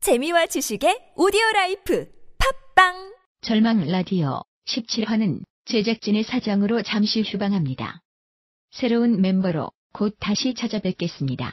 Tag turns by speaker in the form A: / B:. A: 재미와 지식의 오디오 라이프 팝빵
B: 절망 라디오 17화는 제작진의 사정으로 잠시 휴방합니다. 새로운 멤버로 곧 다시 찾아뵙겠습니다.